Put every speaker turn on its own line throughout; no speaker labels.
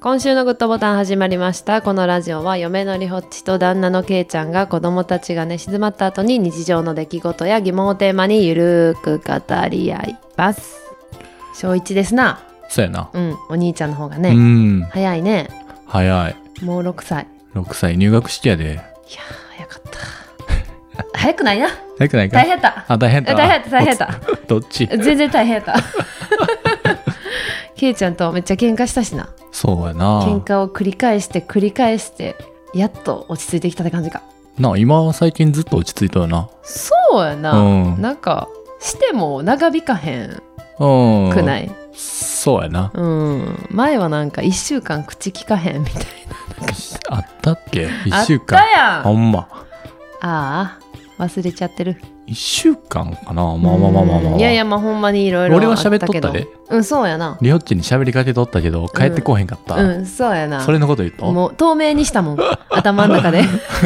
今週のグッドボタン始まりましたこのラジオは嫁のりほっちと旦那のけいちゃんが子供たちが寝静まった後に日常の出来事や疑問をテーマにゆるーく語り合います小一ですな
そうやな。
うんお兄ちゃんの方がね、
うん。
早いね
早い。
もう6歳
6歳入学式やで。
いやー早かった 早くないな
早くないか
大変だ
あ、大変だ。
大変やった大変やった
おつ どっち
全然大変やったけいちゃんとめっちゃ喧嘩したしな
そうやな。
喧嘩を繰り返して繰り返してやっと落ち着いてきたって感じか
なあ、今は最近ずっと落ち着いたよな。
そうやな、
うん
なんかしても長引かへん
うん。。
くないい、
そうやな。
うん前はなんか1週間口聞かへんみたい
あったっけ
な
一週
あ
間
っ。たやん
ほ
あ
んま。
あ忘れちゃってる
一週間かな。まあまあまあまあまあ。
うんいやいやまあほんまにいろいろ
俺は喋っとったで
うんそうやな
リホッチに喋りかけとったけど、帰ってこうへんかった。
うんそうやな
それのこと言うと
もう透明にした もん頭の中で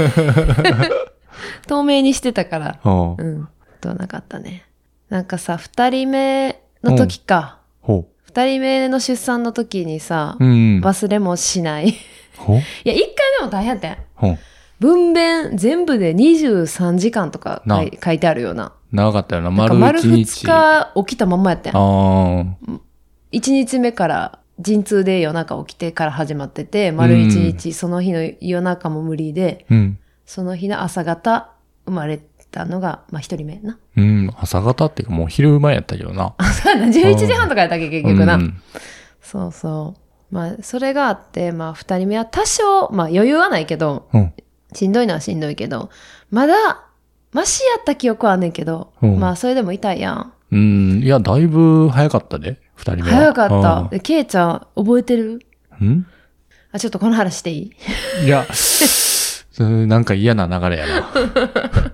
透明にしてたから
うん。
うんどうなかったねなんかさ2人目の時か、
ほ
二2人目の出産の時にさ、
う。うん。
忘れもしない い
ほ
や1回でも大変やったやん
ほう
分娩全部で23時間とか書い書いてあるような
長かったよな。
なん
丸
か丸
一
2
日。
日起きたまんまやったやん
ああ。
1日目から陣痛で夜中起きてから始まってて丸1日その日の夜中も無理で、
うん。
その日の朝方、生まれたのが、まあ、一人目やな。
うん。朝方っていうかもう昼前やったけどな。
そうやな、11時半とかやったっけ、結局な。
うん
そうそう。まあ、それがあって、まあ、二人目は多少、まあ、余裕はないけど、
うん。
しんどいのはしんどいけど、まだ、マシやった記憶はあんねんけど、
うん
まあ、それでも痛いやん。
うん。いや、だいぶ早かったで、二人目は。
早かった。でケイちゃん、覚えてる
うん。ん
あ、ちょっとこの話していい
いや、 うんなんか嫌な流れや な。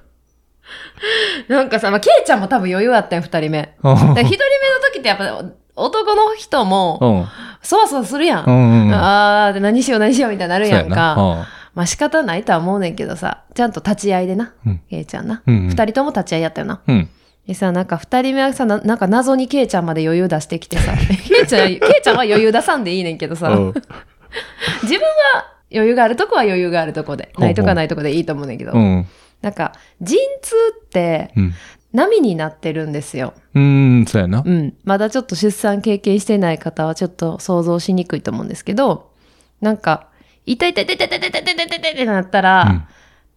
なんかさ、まあ、ケイちゃんも多分余裕あったよ、二人目。だから一人目の時ってやっぱ、男の人
う
も、
ん。
そわそわするやん。
うん。うん。
あーで何しよう何しようみたいになる
そう
や
や
んか。
な。
まあ仕方ないとは思うねんけどさ、ちゃんと立ち会いでな、
うん
ケイちゃんな。
うん。うん
二、。人とも立ち会いやったよな。
うん。
でさ、なんか二人目はさ、ななんか謎にケイちゃんまで余裕出してきてさ、 ケイちゃん、ケイちゃんは余裕出さんでいいねんけどさ、
うん
自分は余裕があるとこは余裕があるとこで、
ほうほう
ないとかないとこでいいと思うねんけど、
うん。
なんか陣痛って
うん。
波になってるんですよ。
うん。そうやな。
うん。まだちょっと出産経験してない方はちょっと想像しにくいと思うんですけど、なんか、痛い痛い痛い痛い痛い痛い痛い痛い痛いってなったら、
うん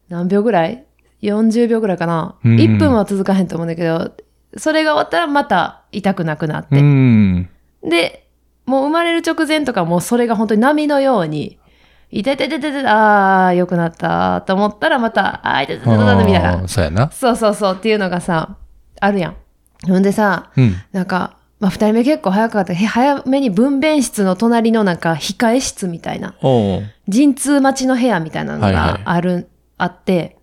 何秒ぐらい ?40 秒ぐらいかな、
うん
?1 分は続かへんと思うんだけど、それが終わったらまた痛くなくなっ
う
て。
ん。
で、もう生まれる直前とかもうそれが本当に波のように、痛い痛い痛い痛い痛い、あー、良くなったと思ったらまた、あー、痛い痛い痛い痛い痛いみたい
あ
な
ー。そうやな。
そうそうそうっていうのがさ、あるやん。ほんでさ、
うん。
なんか、まあ、二人目結構早かった。へ早めに分娩室の隣のなんか控え室みたいな。
おう
陣痛待ちの部屋みたいなの
はいは
が
い
ある、あって、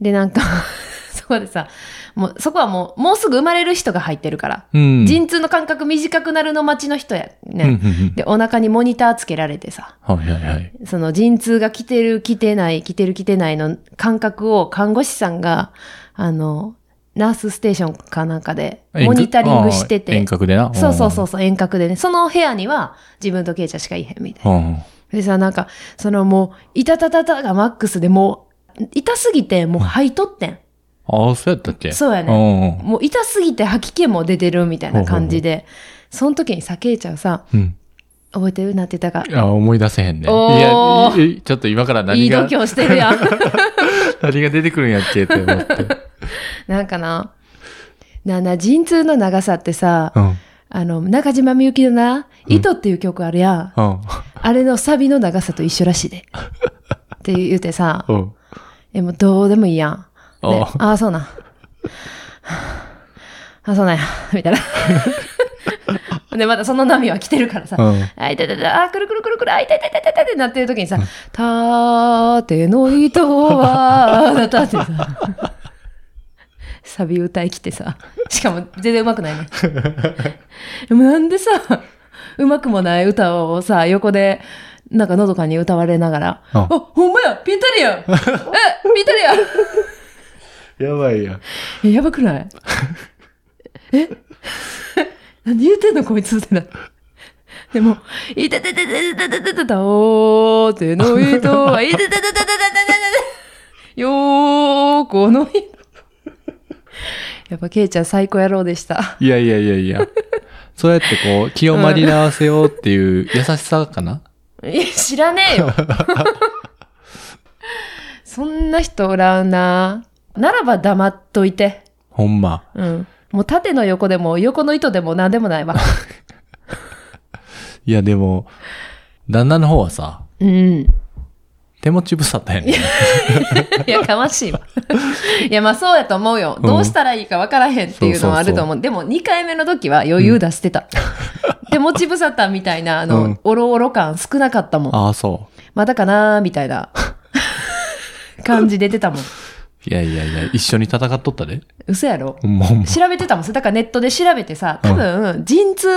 で、なんか、 そこでさ、もう、そこはもう、もうすぐ生まれる人が入ってるから、
うん。
陣痛の間隔短くなるの待ちの人やね、
うん。うんうん
で、お腹にモニターつけられてさ、
はいはいはい。
その陣痛が来てる、来てない、来てる、来てないの間隔を看護師さんが、あの、ナースステーションかなんかで、モニタリングして
あー
て
遠、隔でな。
そうそうそううそう、遠隔でね、その部屋には自分とケイちゃんしかいへんみたいな。
ん。うん。
でさ、なんか、そのもう、いたたたたがマックスでもう、痛すぎてもう吐いとってん。
ああ、そうやったっけ
そうやね。
ね。
もう痛すぎて吐き気も出てるみたいな感じで、その時にさ、ケイちゃんさ、
うん。うん。
覚えてるなって言ったか
い。や、思い出せへんね。い
おー
や、いいちょっと今から
い
何
い度
が、
胸してるやん。
何が出てくるんやっけって思って。
なんかな。なあなあ、陣痛の長さってさ、
うん。うん。
あの、中島みゆきのな、糸っていう曲あるやん。あれのサビの長さと一緒らしい で。って言うてさ、
うん。
え、もうどうでもいいやん。で
あ
ああ、そうなん。はあ、あそうなんや。みたい な。で、またその波は来てるからさ。
うん。
あ、痛い痛い痛い、あ、くるくるくるくる、あ、痛い痛い痛い痛い痛いってなってる時にさ、たての糸は、だった ってさ、サビ歌いきてさ、しかも全然上手くないね。でもなんでさ、上手くもない歌をさ、横で、なんかのどかに歌われながら、
うん
あ、ほんまやぴったりやんえ、ぴったりやん
やばいや。
えやばくないえ何言うてんのこいつってな。でも、いててててててててたおーての人は、いてててててててててよーこの人。やっぱ、ケイちゃん最高野郎でした。
いやいやいやいや。そうやってこう、気を紛らわせようっていう優しさかな、
いや、知らねえよ。そんな人おらんな。ならば黙っといて。
ほんま。
うん。もう縦の横でも横の糸でも何でもないわ。
いやでも、旦那の方はさ、
うん。
手持ち無沙汰やねん。
い や、かましいわ。いや、まあそうやと思うよ。
ん
どうしたらいいか分からへんっていうのはあると思う。でも2回目の時は余裕出してた。手持ち無沙汰みたいな、あの、
うん
おろおろ感少なかったもん。
ああ、そ
まだかなーみたいな感じ出てたもん。
う。いやいやいや、一緒に戦っとったで。
嘘やろ
ほんまほんま。
調べてたもん。それだからネットで調べてさ、多分、陣痛、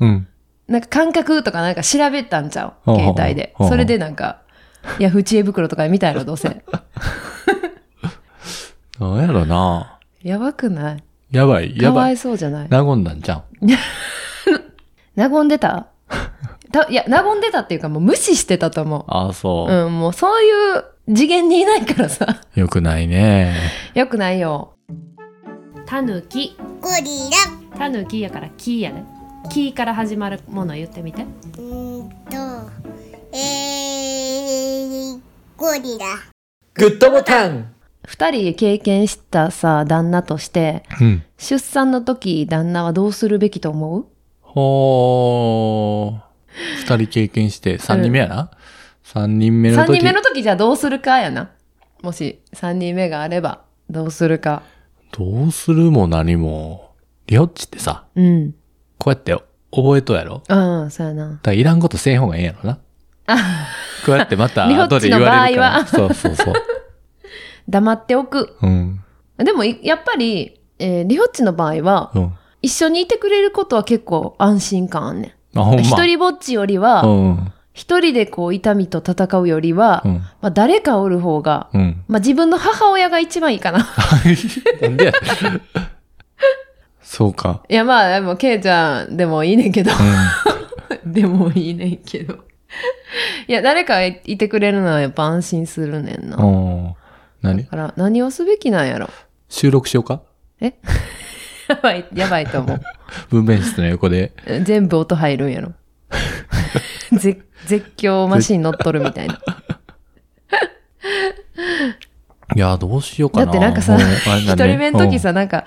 うん。
なんか感覚とかなんか調べたんちゃう
ほうほう
携帯で
ほ。うほ
そうれでなんか、いや、フ知恵袋とか見たやろ、どう せ。
なんやろな。
やばくない
やばい、
か
や
わ
ばい
い。そうじゃない
和んだんじゃん。
和んで たたいや、和んでたっていうかもう無視してたと思。
ああ、そうう。
うん、もうそういう次元にいないからさ。
よくないね。
よくないよ。たぬき。
ゴリラ。
たぬきやからきやね。きから始まるもの言ってみて。
うーんと、えー、ゴリラ。
グッドボタン
二人経験したさ、旦那として、
うん。
出産の時、旦那はどうするべきと思う
ほー。二人経験して、三人目やな三人目の
三
時。
人目の時じゃあどうするかやな。もし、三人目があれば、どうするか。
どうするも何も。りょっちってさ、
うん。
こうやって覚えとうやろ
うん、そうやな
だ。からいらんことせん方がええんやろな。こうやってま た
りょっちの
後で言われるか
場合は
ら。そうそうそう。
黙っておく。
うん。
でもい、やっぱり、えー、リホッチの場合は、
うん。
一緒にいてくれることは結構安心感あんね
あ、ほ
ん。
んま。
一人ぼっちより
う
は、
ん。
一人でこう痛みと戦うよりは、
うん。
まあ誰かおる方が、
うん。
まあ自分の母親が一番いいかな。
なんでやそうか。
いやまあ、でも、ケイちゃんでもいいねんけど。
う
でもいいねんけど。いや、誰かいてくれるのはやっぱ安心するねんな。だ
ん。うん。何
から何をすべきなんやろ。
収録しようか
やばい、やばいと思う。
分娩室の横で。
全部音入るんや ろ。絶絶叫マシン乗っとるみたいな。
いや、どうしようか
だ
な。
ってなんかさ、
うんあれ
一
だね
人目の時さ、なんか、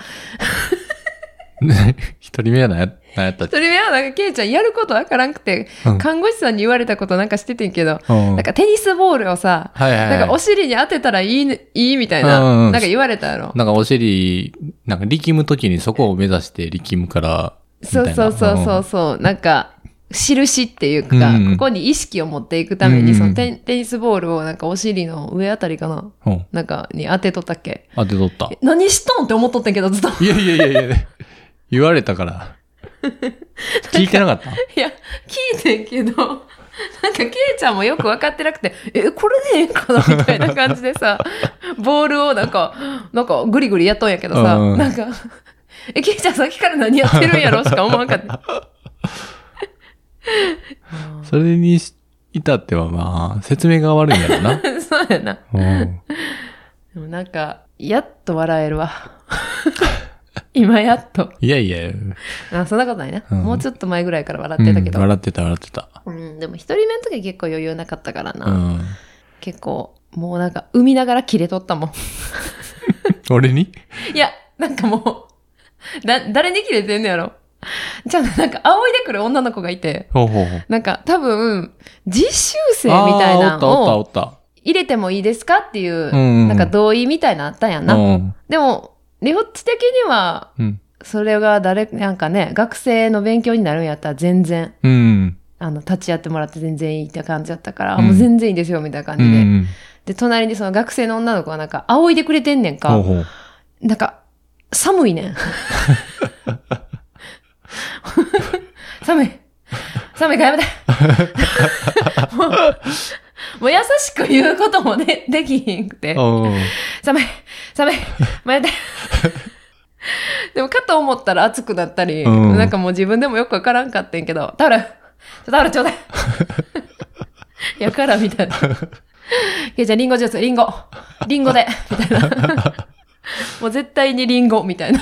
うん 一人目は何や何やったっ
一人目はなんか、ケイちゃんやることわからんくて、
うん
看護師さんに言われたことなんかしててんけど、
けうん。
なんかテニスボールをさ、
はいはいはい
なんかお尻に当てたらいいね、いいみたいな、
うんうんうん
なんか言われたやろ。
なんかお尻、なんか力む時にそこを目指して力むから、みた
そ
いうな
そうそうそううそう、なんか、印っていうか、
うんうん
ここに意識を持っていくために、
うんうん
そのテニテニスボールをなんかお尻の上あたりかな、
ん。うん。
なんかに当てとったっけ。
当てとった。
え何しとんって思っとったんけど、ずっと。
いやいやいやい や、言われたから。聞いてなかった
いや、聞いてんけど、なんか、ケイちゃんもよく分かってなくて、え、これでええんかなみたいな感じでさ、ボールをなんか、なんか、ぐりぐりやっとんやけどさ、
うん
なんか、え、ケイちゃんさっきから何やってるんやろしか思わんかった。
それに至ってはまあ、説明が悪いんだろうな。
そうやな。
うん。
でもなんか、やっと笑えるわ。今やっと。
いやいや、
あ、そんなことないな。
うん
もうちょっと前ぐらいから笑ってたけど。
うん
うん
笑ってた笑ってた。
でも一人目の時は結構余裕なかったからな。
うん。
結構、もうなんか、産みながら切れとったもん。
俺に
いや、なんかもう、だ、誰に切れてんのやろ。じゃあ、なんか、仰いでくる女の子がいて、
ほうほうほう。
なんか、多分、実習生みたいな
あーおったお
の
っ
を
たおっ
入れてもいいですかっていう、
た。うん。
なんか同意みたいなのあったんや
う
な。
ん。
でも、リホッチ的には、
うん。
それが誰、なんかね、学生の勉強になるんやったら全然、
うん。
あの、立ち会ってもらって全然いいって感じだったから、
うん
もう全然いいですよ、みたいな感
う
じで。
ん。
で、隣にその学生の女の子はなんか、仰いでくれてんねんか。
ほうほう。
なんか、寒いねん。寒い。寒いからやめて。もう、もう優しく言うこともでできひんくて。
うん
寒い、 寒い、もうやめて。でもかと思ったら暑くなったり、
うん
なんかもう自分でもよくわからんかってんけど、タオル、ょっとタオルちょうだ い。やからみたいな。ケイちゃん、リンゴジュース、リンゴ。リンゴで。みたい な。もう絶対にリンゴ、みたいな。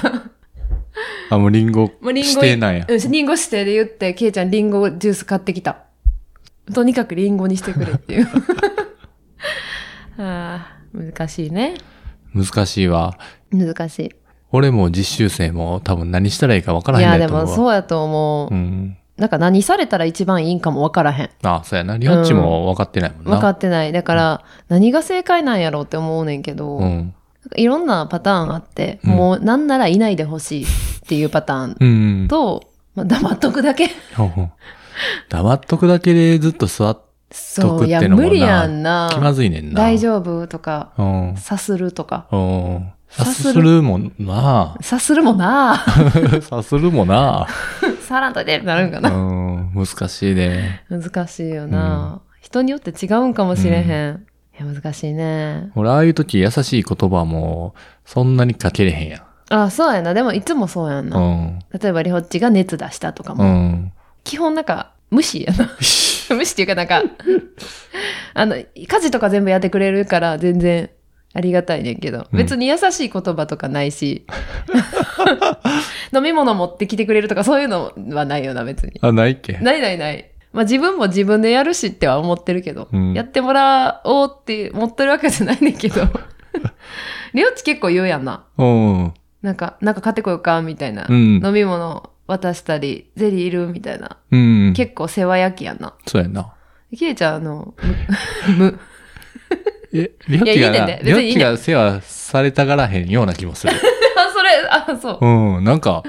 あ、もうリンゴ
もうリン
指
ゴ。
定なんや
う。ん、リンゴ指定で言って、ケイちゃん、リンゴジュース買ってきた。とにかくリンゴにしてくれ っていう。ああ、難しいね。
難しいわ。
難しい。
俺も実習生も多分何したらいいか分から
い
へん
や、
ね
で
んと思う
も
わ。
そうやと思う。
うん。
なんか何されたら一番いいんかもわからへん。
あ、そうやな。りょっちも分かってないもんな。
分かってない。だから、何が正解なんやろうって思うねんけど、
う
なんか
ん。
いろんなパターンあって、
うん
もうなんならいないでほしいっていうパターン
うん。
と、まあ、黙っとくだ け。
ほうほう黙っとくだけでずっと座っ
そ
得
う、
っ
い
て
や、
のもな
無理やんな。
気まずいねんな。
大丈夫とか、
夫。うん。
さするとか。
うん。さ
さする
するもんな
さするもな
さするもな
さらんといてってなるんか
う
な。
ん。難しいね。
難しいよな、人によって違うんかもしれへん。いや、難しいね。
俺、ああいう時優しい言葉も、そんなにかけれへんや
あ、そうやな。でも、いつもそうやん
ん。う
な。
ん。
例えば、りほっちが熱出したとか
う
も。
ん。
基本なんか、無視やな。 無視っていうかなんか、 あの、家事とか全部やってくれるから全然ありがたいねんけど、
うん
別に優しい言葉とかないし、 飲み物持ってきてくれるとかそういうのはないよな、別に。
あ、ないっけ
ないないない。まあ自分も自分でやるしっては思ってるけど、
うん
やってもらおうって思ってるわけじゃないねんけ ど、りょうち結構言うやんな。
うん。
なんか、なんか買ってこようか、みたいな。
うん
飲み物渡したり、ゼリーいるみたいな。
うん。
結構世話焼きやんな。
そうやな。
キエちゃん、あ の、む、
え、りょっち
いやいい
が
ねん
な、
ね別
りょっ
にいい
ち
ね
が世話されたがらへんような気もする。
あ、それ、 あ、そう。
うん。なんか、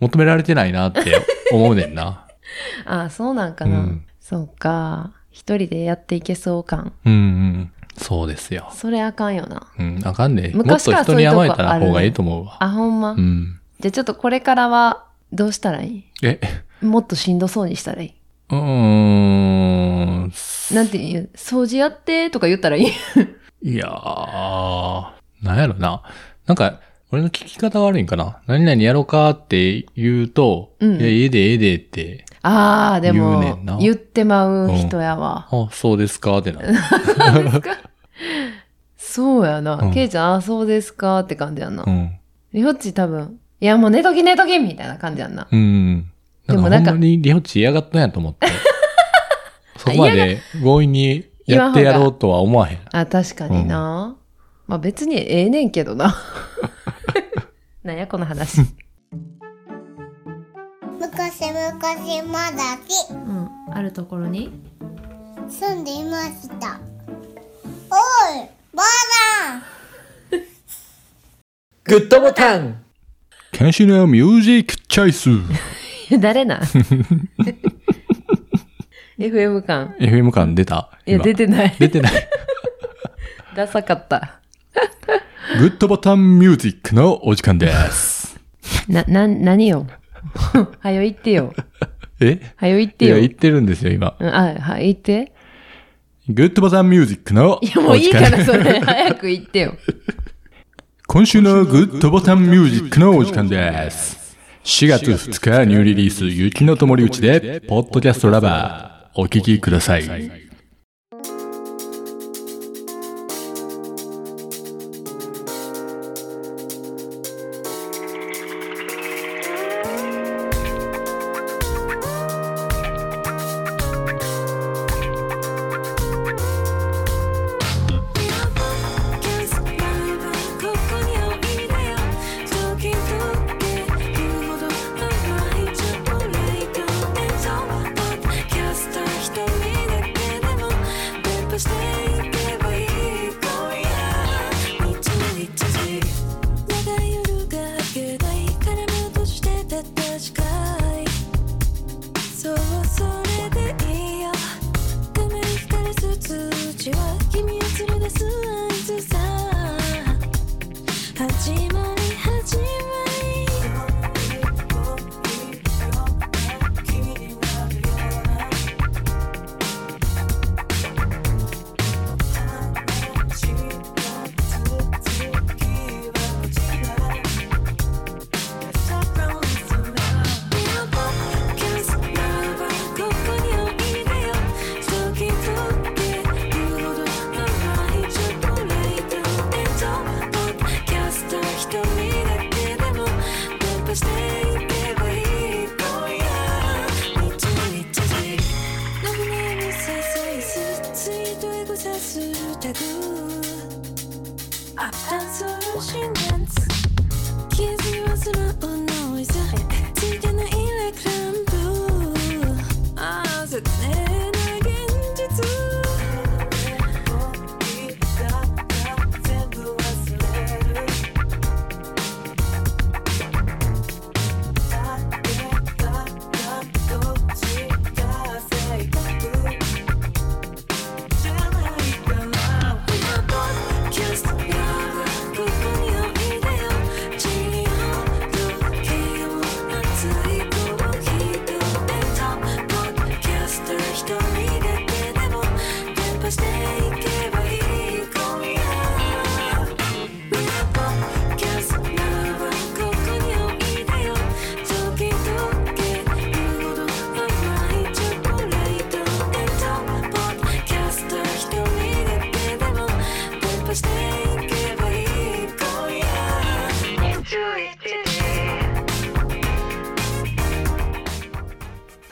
求められてないなって思うね んな。
あ、そうなんかな。
うん
そうか。一人でやっていけそう感。
うんうん。そうですよ。
それあかんよな。
うん。あかんね。もっ
昔
と
から
人
そう
に
いうとこ
甘えたら方がいいと思うわ。
あ、ほんま。
うん。
じゃあちょっとこれからは、どうしたらい
え、
いもっとしんどそうにしたらいいう
ーん。
なんていう掃除やってとか言ったらいい
いやー、なんやろな。なんか、俺の聞き方が悪いんかな。何々やろうかって言うと、
うん
いや、ええでええでって、
ああ、でも
言うねんな
言ってまう人やわ。
あ、そうですかってなる。
そうですかそうやな。
うん
ケイちゃん、あ、そうですかって感じやんな
う。ん。
りょっち多分、いや、もう寝とき寝ときみたいな感じやんな。
うん。
でもなんか
ほんまにリオチ嫌がったんやと 思って。そこまで強引にやってやろうとは思わへん。
あ、確かにな。まあ別にええねんけどな。なんやこの話。
昔昔まだし
うん。あるところに
住んでいましたおいばあさん
グッドボタン
剣士のミュージックチョイス
誰なん ?FM 感。
!FM 感出た
いや、出て
て
ない。
出てない。
ダサかった。
グッドボタンミュージックのお時間です。
な、な、何よ。はよ言ってよ。
え
はよ言って
いや、
よ。
言ってるんですよ、今。
うん、あ、は、言って。
グッドボタンミュージックのお
いや、もういい
時
か
間で
ら
す。
それ。早く言ってよ。
今週のグッドボタンミュージックのお時間です。4月2日ニューリリース、雪のともりうちで、ポッドキャストラバー、お聞きください。
ここにおいでよ時々行くほど甘いチョコレートでしょポッドキャスター一人だけど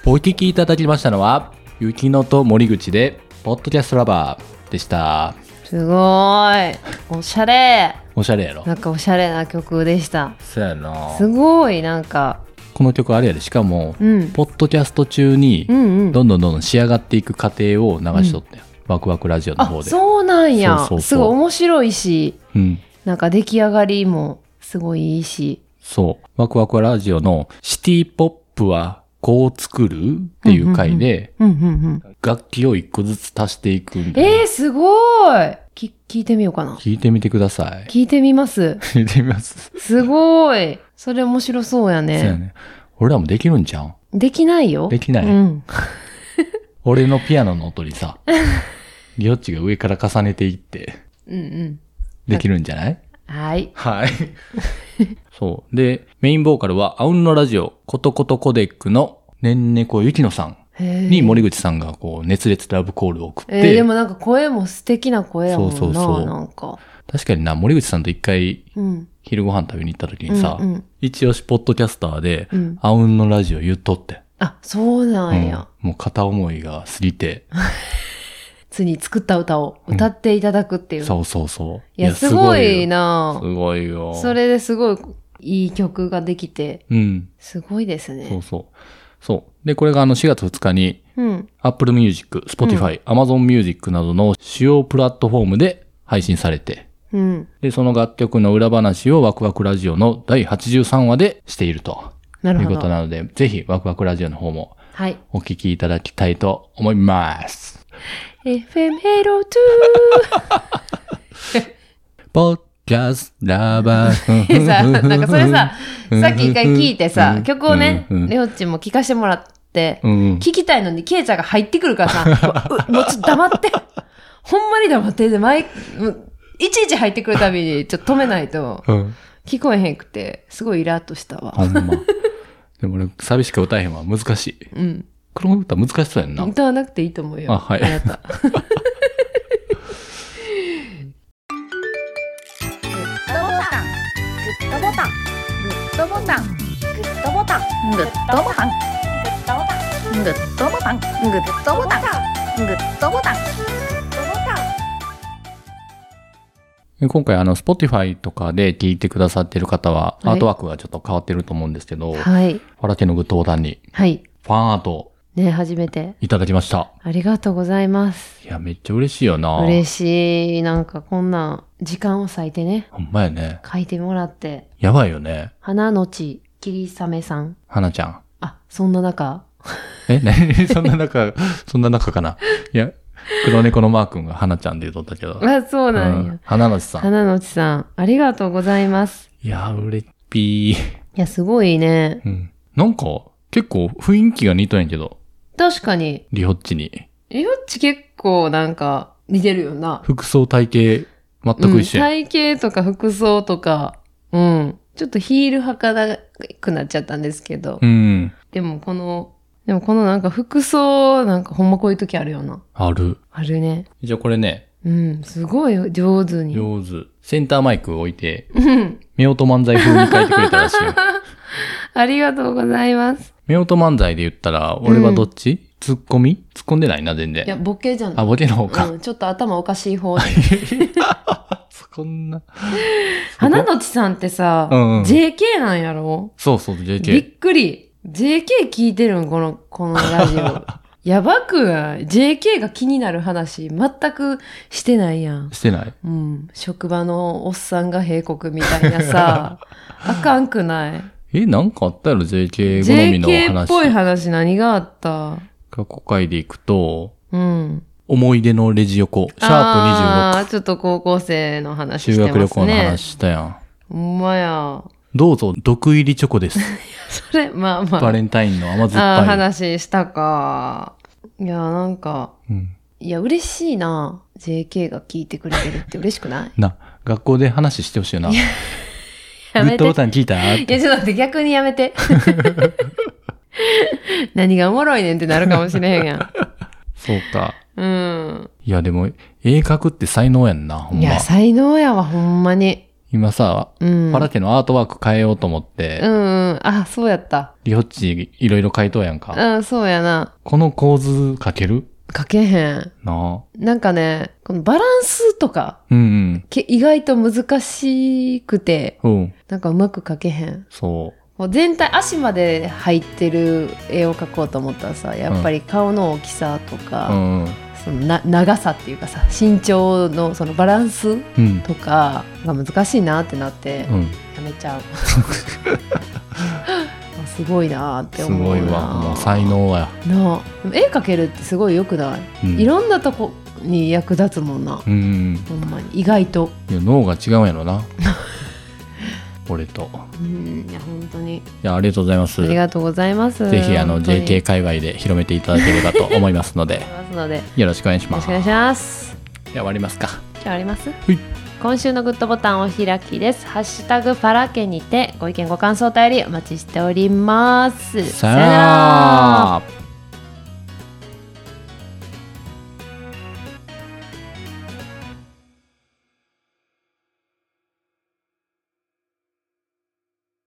お聞きいただきましたのは、雪乃と森口で、ポッドキャストラバーでした。
すごーいおしゃれ
おしゃれやろ
な。んかおしゃれな曲でした
そうやな。
すごいなんか、
この曲あれやで、しかも、
うん、
ポッドキャスト中に
う、んうん
どんどんどんどん仕上がっていく過程を流しとったよ。ワクワクラジオの
あ
方で。
そうなんや
そうそうそう
すごい面白いし
うん。
なんか出来上がりもすごいいいし
そう。ワクワクラジオのシティポップはこう作るっていう回で、
うんうんうん
楽器を一個ずつ足していくみたいな。
えー、すごいき聞いてみようかな
聞いてみてください。
聞いてみます
聞いてみます。
すごいそれ面白そうや
そうや
ね
ね。俺らもできるんじゃん
できないよ
できない
うん、
俺のピアノの音 にさ、りょっちが上から重ねていって、
うんうん
できるんじゃない
はい
はい。 そう。で、メインボーカルは、アウンのラジオ、ことことコデックの、ねんねこゆきのさんに
に
森口さんがこう、熱烈ラブコールを送って、
えーでもなんか声も素敵な声やもんな
そうそうそう
なんか
確かにな、森口さんと一回
うん
昼ご飯食べに行った時にさ、
うんうん
一押しポッドキャスターで、
うん
あうんのラジオ言っとって。
あそうなんや、
うんもう片思いが過ぎて、
ついに作った歌を歌っていただくっていう、い
そうそうそう。
やすごい
な。
な
すごいよ。
そ。れですごいいい曲ができて
うん。
すごいですね
そうそう。そう。で、これがあの4月2日に、
うん、
Apple Music、Spotify、Amazon Music などの主要プラットフォームで配信されて、
うん、
で、その楽曲の裏話をワクワクラジオの第83話でしていると
ないる
う
ほ
こと
ど
なので、ぜひワクワクラジオの方も
はい
お聞きいただきたいと思います。
FM802
ポッキャスラバ
で
ー。
さなんかそれささっき一回聞いて
う
さ
ん
曲をね
うん
レオッチも聴かしてもらって
うん。
聞きたいのにケイちゃんが入ってくるからさ うもうちょっと黙ってほんまに黙ってで毎もういちいち入ってくるたびにちょっと止めないと
うん。
聞こえへんくてすごいイラッとしたわ
ほんま。でも俺、寂しく歌えへんわ。難しい。
うん
この歌難しそうやんな。
歌わなくていいと思うよ
あはい
なた
グッドボタングッドボタングッドボタングッドボタングッドボタングッドボタングッドボタングッドボタン
で今回あの、Spotify とかで聞いてくださってる方は、
はい
アートワークがちょっと変わってると思うんですけど、フ
はい
ァラテのグッドボタンに
はい
ファンアートを
ね初めて
いただきました。
ありがとうございます
いや、めっちゃ嬉しいよな。
嬉
しい。
しいなんかこんなん時間を割いてね
ほんまやね。
書いてもらって
やばいよね。
花のち霧雨さん
花ちゃん。
あそんな中
え、ね そんな中、そんな中かな。いや、黒猫のマー君が花ちゃんで言うとったけど。
あそうなん
う
や
ん花のさん。
花のちさんありがとうございます
いや、うれっぴ
い
ー。
やすごいね
うん。なんか、結構雰囲気が似とんやけど、
確かに
リホッチに。
リオッチ結構なんか似てるよな
服装体型、全く一緒やん。
うん、体型とか服装とか、うん。ちょっとヒール履かなくなっちゃったんですけど、
うん。
でもこの、でもこのなんか服装、なんかほんまこういう時あるよな。
ある。
あるね。
じゃあこれね、
うん、すごい上手に。
上手。センターマイクを置いて、
うん。
目音漫才風に書いてくれたらし いよ。
ありがとうございます。
目音漫才で言ったら、俺はどっち、ツッコミ突っ込んでないな、全
いや、
然。
ボケじゃな
あ、
い。
ボケの方か。
うん、ちょっと頭おかしい方で。
こんな。
花のちさんってさ、
うんうん
JK なんやろ
そうそう、
び
JK。
っくり。JK 聞いてるんこの、このラジ オ。やばくない ?JK が気になる話、全くしてないやん。
してない。
うん。職場のおっさんが閉国みたいな さ、あかんくない
え、なんかあったやろ、JK 好みの
?JK っ
話。
ぽい話何があった
過去回でいくと、
うん。
思い出のレジ横、シャープ
あーちょっと高校生の
26。
話して
修
ますね。
学旅行の話。したやん。
ほんまや。
どうぞ、毒入りチョコです。
それ、まあ まあ。
バレンタインの甘
あ
酸
ー
っぱい。
話したか。いや、なんか、
うん、
いや、嬉しいな。JK が聞いてくれてるって嬉しくない
な、学校で話してほしいよな。グ
や
ッ
め
ド
て。い
ボタン聞いた
や、ちょっと待って、逆にやめて。 何がおもろいねんってなるかもしれへんやん。
そうか。
うん。
いや、でも、絵描くって才能やんな、ほん
い
ま。
や、才能やわ、ほんまに。
い今さ、
うん。
パラテのアートワーク変えようと思って、
うんうん。あ、そうやった。
リホッチいろいろ書いとうやんか。
うん、そうやな。
この構図書ける
書けへん。
なあ。
なんかね、このバランスとか、
うん
け意外と難しくて、
うん。うん。
なんかうまく書けへん。
そ
もう全体足まで入ってる絵を描こうと思ったらさやっぱり顔の大きさと
う。う
か、
んうん。
そのな長さっていうかさ身長のそのバランス
うん。
とかが難しいなってなって
うん。
やめ ちゃう、 あすごいなって
す
思う
ご
ない
わ。もう才能や。
なあでも絵描けるってすごいよくない、
うん
いろんなとこに役立つもんな、
うんうん。
ほんまに意外と
いや脳が違うんやろな。 俺と。
うんいや本当に
いや、ありがとうございます。
あり
ぜ
がとうございます
ひ、あの、
本当に
JK 界隈で広めていただければと思いますので
あり、ますのでよ
よろしくお願いしま
ろし
す。
くお願いします
じゃあ終わりますか。
じゃああります
い
今週のグッドボタンお開きですハッシュタグパラケにてご意見ご感想お便りお待ちしております
さよなら